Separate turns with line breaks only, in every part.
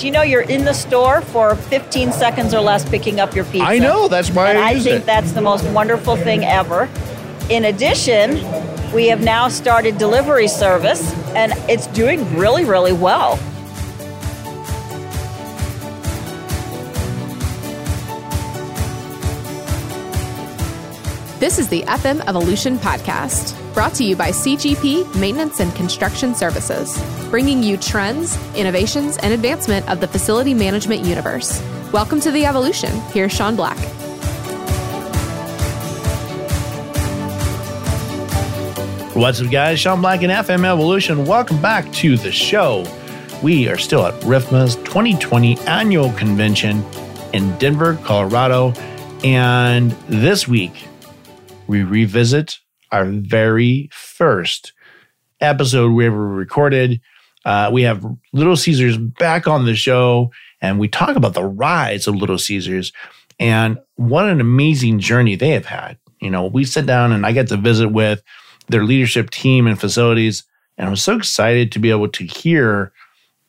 you know you're in the store for 15 seconds or less picking up your pizza?
I know. That's why
And
I
I
used
think
it.
that's the most wonderful thing ever. In addition, we have now started delivery service, and it's doing really, really well.
This is the FM Evolution Podcast, brought to you by CGP Maintenance and Construction Services, bringing you trends, innovations, and advancement of the facility management universe. Welcome to the evolution. Here's Sean Black.
What's up, guys? Sean Black and FM Evolution. Welcome back to the show. We are still at RIFMA's 2020 annual convention in Denver, Colorado. And this week, we revisit our very first episode we ever recorded. Uh, we have Little Caesars back on the show, and we talk about the rise of Little Caesars and what an amazing journey they have had. You know, we sit down and I get to visit with their leadership team and facilities, and I'm so excited to be able to hear,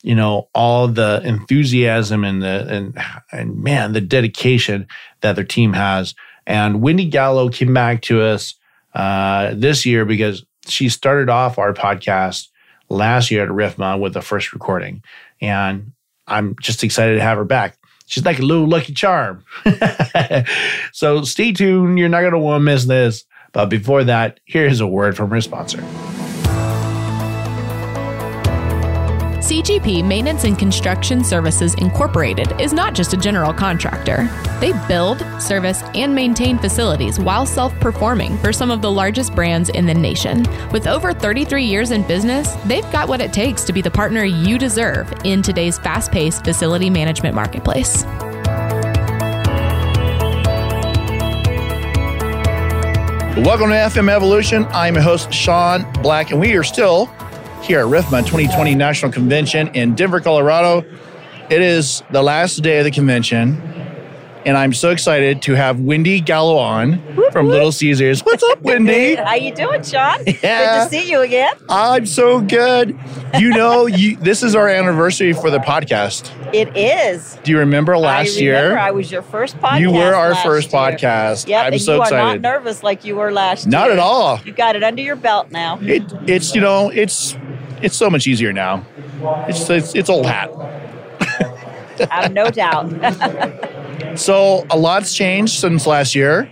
you know, all the enthusiasm and the and and man, the dedication that their team has. And Wendy Gallo came back to us uh, this year because she started off our podcast last year at RIFMA with the first recording. And I'm just excited to have her back. She's like a little lucky charm. so stay tuned. You're not going to want to miss this. But before that, here's a word from our sponsor.
CGP Maintenance and Construction Services Incorporated is not just a general contractor. They build, service, and maintain facilities while self performing for some of the largest brands in the nation. With over 33 years in business, they've got what it takes to be the partner you deserve in today's fast paced facility management marketplace.
Welcome to FM Evolution. I'm your host, Sean Black, and we are still here at RIFMA 2020 National Convention in Denver, Colorado. It is the last day of the convention, and I'm so excited to have Wendy Gallo on from Little Caesars. What's up, Wendy?
How you doing, Sean?
Yeah.
Good to see you again.
I'm so good. You know, you, this is our anniversary for the podcast.
It is.
Do you remember last
I remember
year?
I was your first podcast.
you were our
last
first
year.
podcast.
Yep,
I'm
and
so
you
excited.
are not nervous like you were last
Not
year.
at all.
You got it under your belt now.
It, it's you know it's it's so much easier now. It's it's, it's old hat.
I've no doubt.
So a lot's changed since last year.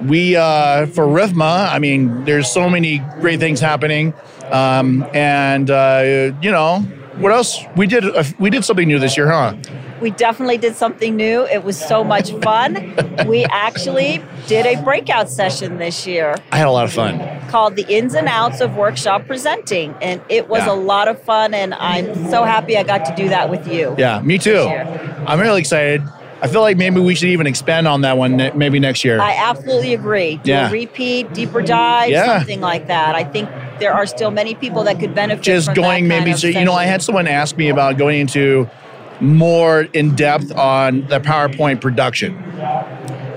We uh, for RIFMA, I mean, there's so many great things happening, um, and uh, you know what else? We did a, we did something new this year, huh?
we definitely did something new. It was so much fun. we actually did a breakout session this year
I had a lot of fun.
called The Ins and Outs of Workshop Presenting. And it was
Yeah.
a lot of fun. And I'm so happy I got to do that with you.
Yeah, me too.
year.
I'm really excited. I feel like maybe we should even expand on that one ne- maybe next year.
I absolutely agree. Do
Yeah.
a repeat, deeper dive,
Yeah.
something like that. I think there are still many people that could benefit
just
from
going
that kind
maybe
of
so you know i
session.
had someone ask me about going into more in depth on the powerpoint production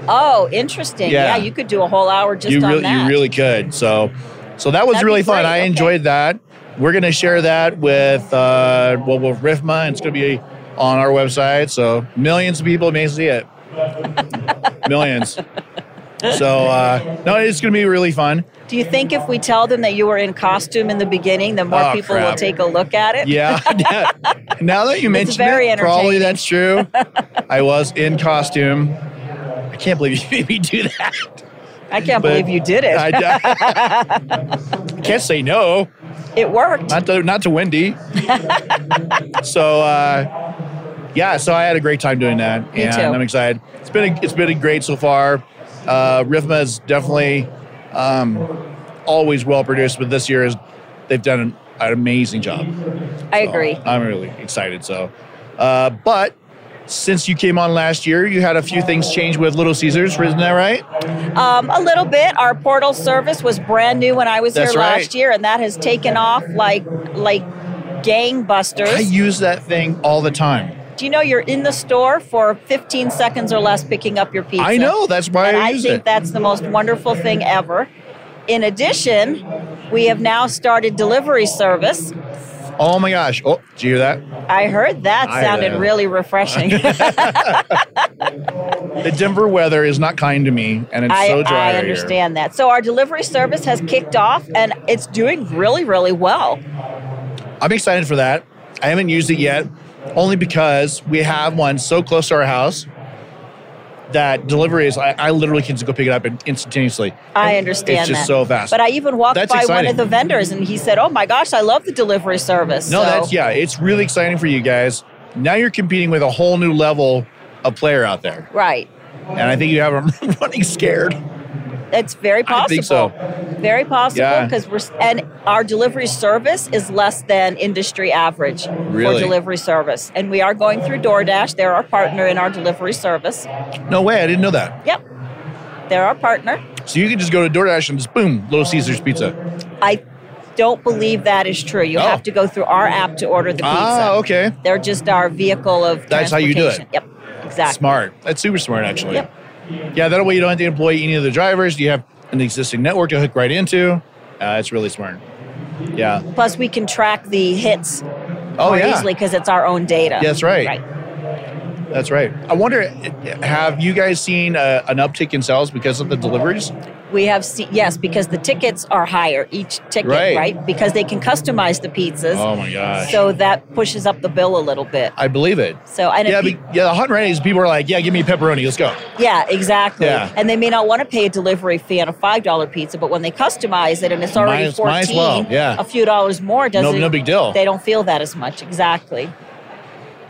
Oh, interesting.
Yeah.
Yeah. you could do a whole hour just
you
on
really
that.
you really could so so that was
That'd be
really fun
great,
i
okay.
enjoyed that we're going to share that with uh well with rifma and it's going to be on our website so millions of people may see it millions so uh no it's going to be really fun
do you think if we tell them that you were in costume in the beginning, the more
Oh,
people
crap.
will take a look at it?
Yeah. now that you mention
very
it, probably
entertaining.
that's true. I was in costume. I can't believe you made me do that.
I can't
But
believe you did it.
I, I can't say no.
it worked.
Not to not to Wendy. so uh, yeah, so I had a great time doing that,
Me
and
too.
I'm excited. It's been a, it's been a great so far. Uh, Rhythma is definitely um, always well produced, but this year is they've done an, an amazing job.
I agree.
So I'm really excited. So, uh, but since you came on last year, you had a few things change with Little Caesars, isn't that right?
Um, a little bit. Our portal service was brand new when I was
That's
here
right.
last year, and that has taken off like like gangbusters.
I use that thing all the time.
Do you know you're in the store for 15 seconds or less picking up your pizza?
I know that's why
and
I,
I
use
think
it.
that's the most wonderful thing ever. In addition, we have now started delivery service
Oh my gosh. Oh, did you hear that?
I heard that
I,
sounded
uh,
really refreshing.
The Denver weather is not kind to me, and it's
I,
so dry.
I
here.
understand that. So our delivery service has kicked off and it's doing really, really well.
I'm excited for that. I haven't used it yet, only because we have one so close to our house that delivery is. I, I literally can just go pick it up and instantaneously.
I
It's
understand
just
that.
so fast.
But I even walked
That's
by one
exciting.
of the vendors and he said, Oh my gosh, I love the delivery service.
no,
So-
that's yeah. It's really exciting for you guys. Now you're competing with a whole new level of player out there,
Right.
and I think you have them running scared.
It's very possible.
I think so.
Very possible
Yeah.
because we're s- and our delivery service is less than industry average for
Really?
delivery service, and we are going through DoorDash. They're our partner in our delivery service.
No way, I didn't know that.
Yep, they're our partner.
So you can just go to DoorDash and just boom, Little Caesars pizza.
I don't believe that is true. You
Oh.
have to go through our app to order the pizza.
Ah, okay.
They're just our vehicle of
That's how you do it.
transportation. Yep, exactly.
Smart. That's super smart, actually.
Yep.
Yeah, that way you don't have to employ any of the drivers. You have an existing network to hook right into. Uh, that's really smart. Yeah.
Plus, we can track the hits
Oh,
more
yeah.
easily because it's our own data.
That's right.
Right.
That's right. I wonder, have you guys seen uh, an uptick in sales because of the deliveries?
We have se- yes, because the tickets are higher each ticket, right?
Right.
Because they can customize the pizzas,
Oh my gosh.
so that pushes up the bill a little bit.
I believe it.
So and
Yeah,
if
but,
pe-
yeah. The hot and ready's people are like, yeah, give me pepperoni. Let's go.
yeah, exactly.
Yeah.
And they may not want to pay a delivery fee on a five dollar pizza, but when they customize it and it's already
Might as- might as
fourteen,
well, yeah.
a few dollars more doesn't.
No- no big deal.
They don't feel that as much. Exactly.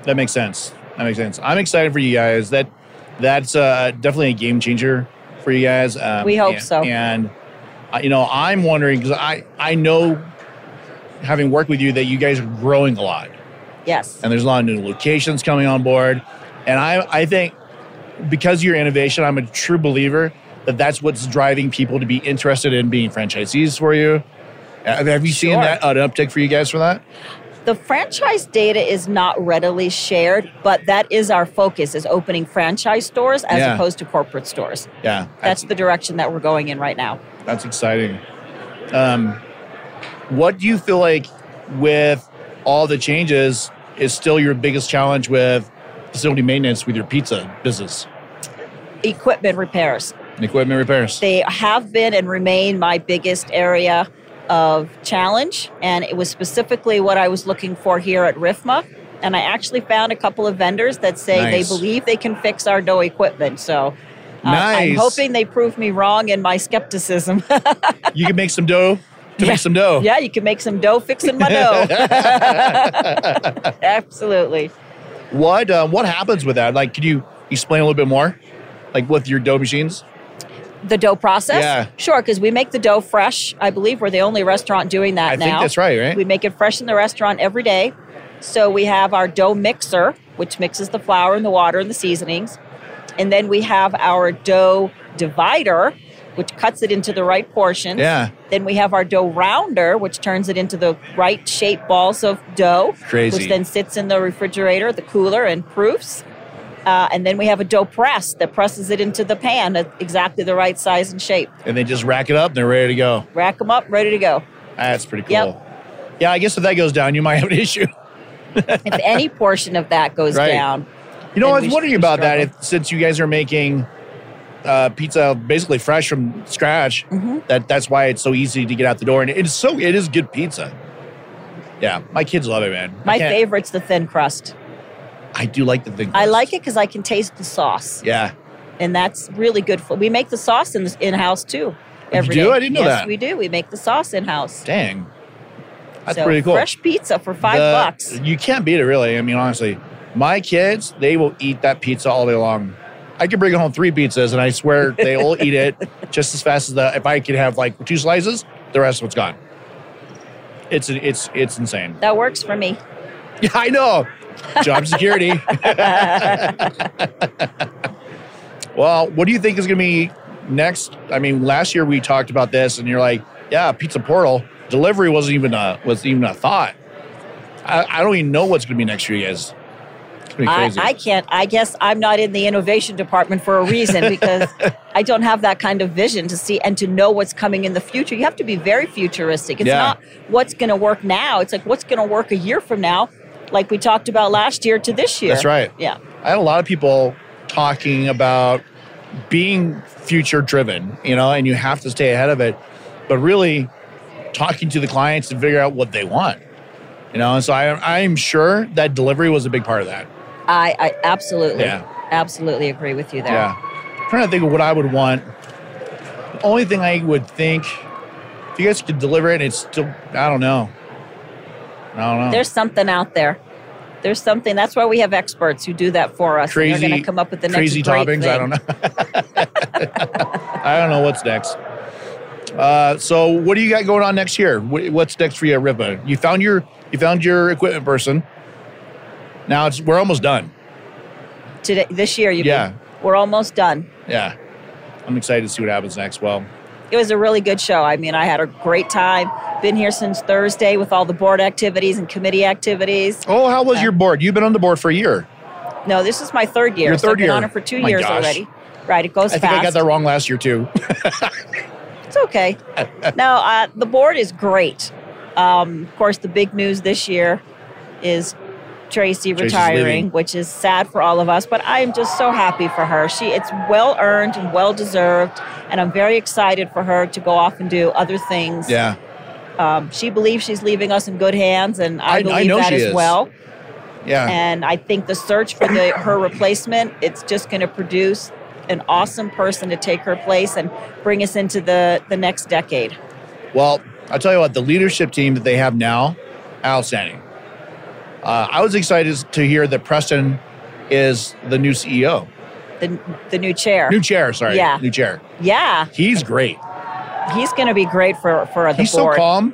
That makes sense. That makes sense. I'm excited for you guys. That that's uh, definitely a game changer for you guys. Um,
We hope
and-
so.
And uh, you know, I'm wondering because I I know having worked with you that you guys are growing a lot,
Yes.
and there's a lot of new locations coming on board, and I I think because of your innovation, I'm a true believer that that's what's driving people to be interested in being franchisees for you. Have have you seen
Sure.
that uh, an uptick for you guys for that?
The franchise data is not readily shared, but that is our focus: is opening franchise stores as
Yeah.
opposed to corporate stores.
Yeah,
That's the direction that we're going in right now.
That's exciting. Um, what do you feel like with all the changes is still your biggest challenge with facility maintenance with your pizza business
equipment repairs.
and equipment repairs?
They have been and remain my biggest area of challenge, and it was specifically what I was looking for here at RIFMA. And I actually found a couple of vendors that say
Nice.
they believe they can fix our no equipment. So uh, I'm
Nice.
hoping they prove me wrong in my skepticism.
you can make some dough to
Yeah.
make some dough.
yeah, you can make some dough fixing my dough. Absolutely.
What uh, what happens with that? Like, could you explain a little bit more? Like with your dough machines?
The dough process?
Yeah.
Sure, because we make the dough fresh. I believe we're the only restaurant doing that
I
now.
think that's right, right?
We make it fresh in the restaurant every day. So we have our dough mixer, which mixes the flour and the water and the seasonings. And then we have our dough divider, which cuts it into the right portions.
Yeah.
Then we have our dough rounder, which turns it into the right shape balls of dough, which
Crazy.
then sits in the refrigerator, the cooler, and proofs. Uh, and then we have a dough press that presses it into the pan at exactly the right size and shape.
and they just rack it up and they're ready to go.
Rack them up, ready to go.
That's pretty cool.
Yep.
Yeah, I guess if that goes down, you might have an issue.
If any portion of that goes
Right.
down,
You know,
and
I was
we-
wondering
we
about that.
struggle.
If, since you guys are making uh, pizza basically fresh from scratch,
Mm-hmm.
that that's why it's so easy to get out the door, and it's so it is good pizza. Yeah, my kids love it, man. I
my
can't-
favorite's the thin crust.
I do like the thing.
I like it because I can taste the sauce,
Yeah,
and that's really good for. We make the sauce in in house too. every
do?
day.
I didn't know
yes,
that.
we do. We make the sauce in house.
dang, that's
so
pretty cool.
Fresh pizza for five
The-
bucks.
You can't beat it, really. I mean, honestly, my kids they will eat that pizza all day long. I could bring home three pizzas, and I swear they all eat it just as fast as the. If I could have like two slices, the rest of it's gone. It's it's it's insane.
That works for me.
Yeah, I know. Job security. well, what do you think is going to be next? I mean, last year we talked about this, and you're like, "Yeah, pizza portal delivery wasn't even a was even a thought." I, I don't even know what's going to be next year, you guys. It's gonna be
I,
crazy.
I can't. I guess I'm not in the innovation department for a reason because I don't have that kind of vision to see and to know what's coming in the future. You have to be very futuristic. It's
Yeah.
not what's going to work now. It's like what's going to work a year from now, like we talked about last year to this year.
That's right.
Yeah.
I had a lot of people talking about being future driven, you know, and you have to stay ahead of it, but really talking to the clients to figure out what they want, you know. And so I, I'm sure that delivery was a big part of that.
I, I absolutely,
Yeah.
absolutely agree with you there.
Yeah. I'm trying to think of what I would want. The only thing I would think, if you guys could deliver it and it's still, I don't know. I don't know.
There's something out there. There's something. That's why we have experts who do that for us. and
crazy,
they're going to come up with the next
crazy
great
toppings. I
thing.
don't know. I don't know what's next. Uh, so, what do you got going on next year? Wh- What's next for you at RIPA? You found your you found your equipment person. Now it's we're almost done.
Today, this year, you
Yeah.
mean. We're almost done.
Yeah, I'm excited to see what happens next. Well,
it was a really good show. I mean, I had a great time. Been here since Thursday with all the board activities and committee activities.
oh, how was your board? You've been on the board for a year.
No, this is my third year.
Your
so
third
I've been
year.
on it for two
My
years
gosh.
already. Right, it goes
I think
fast.
I got that wrong last year too.
It's okay. no, uh, the board is great. Um, of course, the big news this year is Tracy
Tracy's
retiring,
leaving.
which is sad for all of us. But I am just so happy for her. She it's well earned and well deserved, and I'm very excited for her to go off and do other things.
yeah,
Um, she believes she's leaving us in good hands, and
I-
I,
I
believe
know
that
she
as
is. Uh-huh.
well.
yeah.
And I think the search for the, her replacement, it's just going to produce an awesome person to take her place and bring us into the, the next decade.
Well, I'll tell you what, the leadership team that they have now, outstanding. Uh, I was excited to hear that Preston is the new CEO,
The, the new chair.
new chair. Sorry,
Yeah.
new chair.
yeah,
He's great.
he's going to be great for, for the
He's so
board.
calm.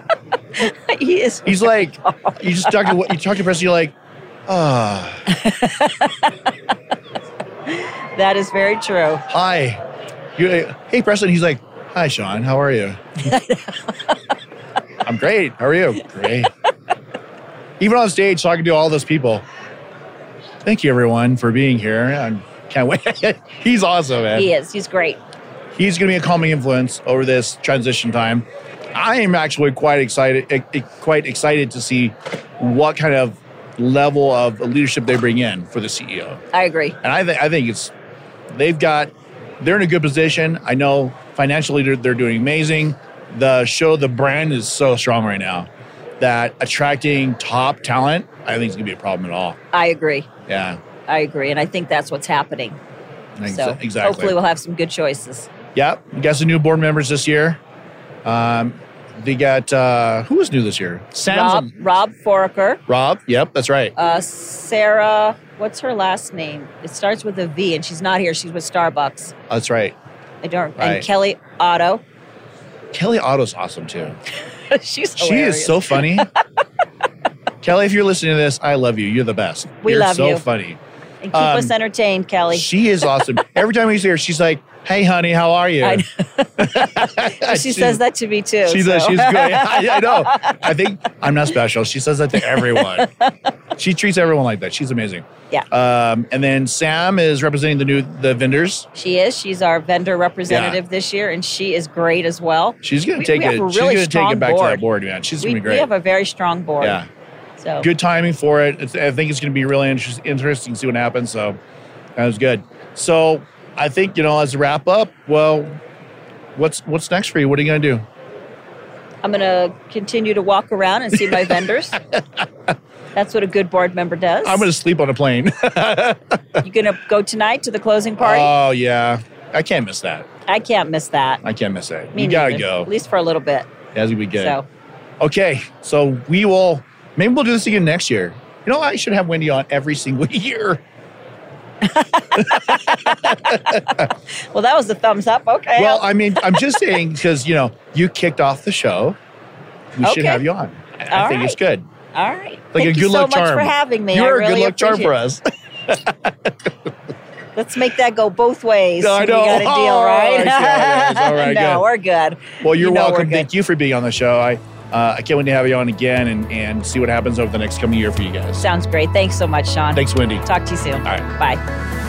he is.
He's like, you just talk to you talk to Preston, you're like, ah,
That is very true.
hi. You, uh, hey, Preston. He's like, hi, Sean. How are you? I'm great. How are you? Great. Even on stage, talking to all those people. Thank you, everyone, for being here. I can't wait. He's awesome, man.
He is. He's great.
He's going to be a calming influence over this transition time. I am actually quite excited, eh, eh, quite excited to see what kind of level of leadership they bring in for the E CEO.
I agree.
And I think I think it's they've got they're in a good position. I know financially they're, they're doing amazing. The show, the brand is so strong right now that attracting top talent, I think is gonna be a problem at all.
I agree.
Yeah,
I agree. And I think that's what's happening.
ex-
so
exactly.
hopefully we'll have some good choices.
yep, we got some new board members this year. Um, they got uh, who was new this year?
Rob,
Samson.
Rob Foraker.
Rob. Yep, that's right.
uh, Sarah, what's her last name? It starts with a V, and she's not here. She's with Starbucks.
That's right.
I don't.
Right.
And Kelly Otto.
Kelly Otto's awesome too.
she's
She is so funny. Kelly, if you're listening to this, I love you. You're the best.
We
you're
love
so
you.
funny.
And keep
um,
us entertained, Kelly.
She is awesome. Every time we see her, she's like, "Hey, honey, how are you?"
I know. she says that to me too.
She says
so.
she's good. I, I know. I think I'm not special. She says that to everyone. she treats everyone like that. She's amazing.
Yeah.
Um, and then Sam is representing the new the vendors.
She is. She's our vendor representative this year, and she is great as well.
She's gonna
We-
take
we have
it.
a
she's
really
gonna take
strong
it back to
board.
that board, man. She's
We,
gonna be great.
we have a very strong board.
yeah.
So
Good timing for it. It's, I think it's going to be really inter- interesting to see what happens. So that was good. So I think you know as a wrap up. Well, what's what's next for you? What are you going to do?
I'm gonna continue to walk around and see my vendors. That's what a good board member does.
I'm going to sleep on a plane.
You gonna go tonight to the closing party?
Oh yeah, I can't miss that.
I can't miss that.
I can't miss that.
Me
you gotta
neither,
go.
At least for a little bit.
That's gonna be good.
So
Okay, so we will. Maybe we'll do this again next year. You know, I should have Wendy on every single year.
well that was the thumbs up. Okay.
Well,
I'll-
I mean, I'm just saying because you know you kicked off the show. We should
Okay.
have you on. I, I
All
think it's good.
all right.
Like
Thank
a
you
good
so
luck
much
charm.
for having me. I
You're a
really
good luck charm for
appreciate
us.
it. Let's make that go both ways.
No, I know.
We got a deal,
All
right?
right, yeah, yeah, it's all right,
no,
good.
we're good.
Well, you're
You know we're
welcome.
good.
Thank you for being on the show. I Uh, I can't wait to have you on again and, and see what happens over the next coming year for you guys.
Sounds great. Thanks so much, Sean.
Thanks, Wendy.
Talk to you soon.
All right.
Bye.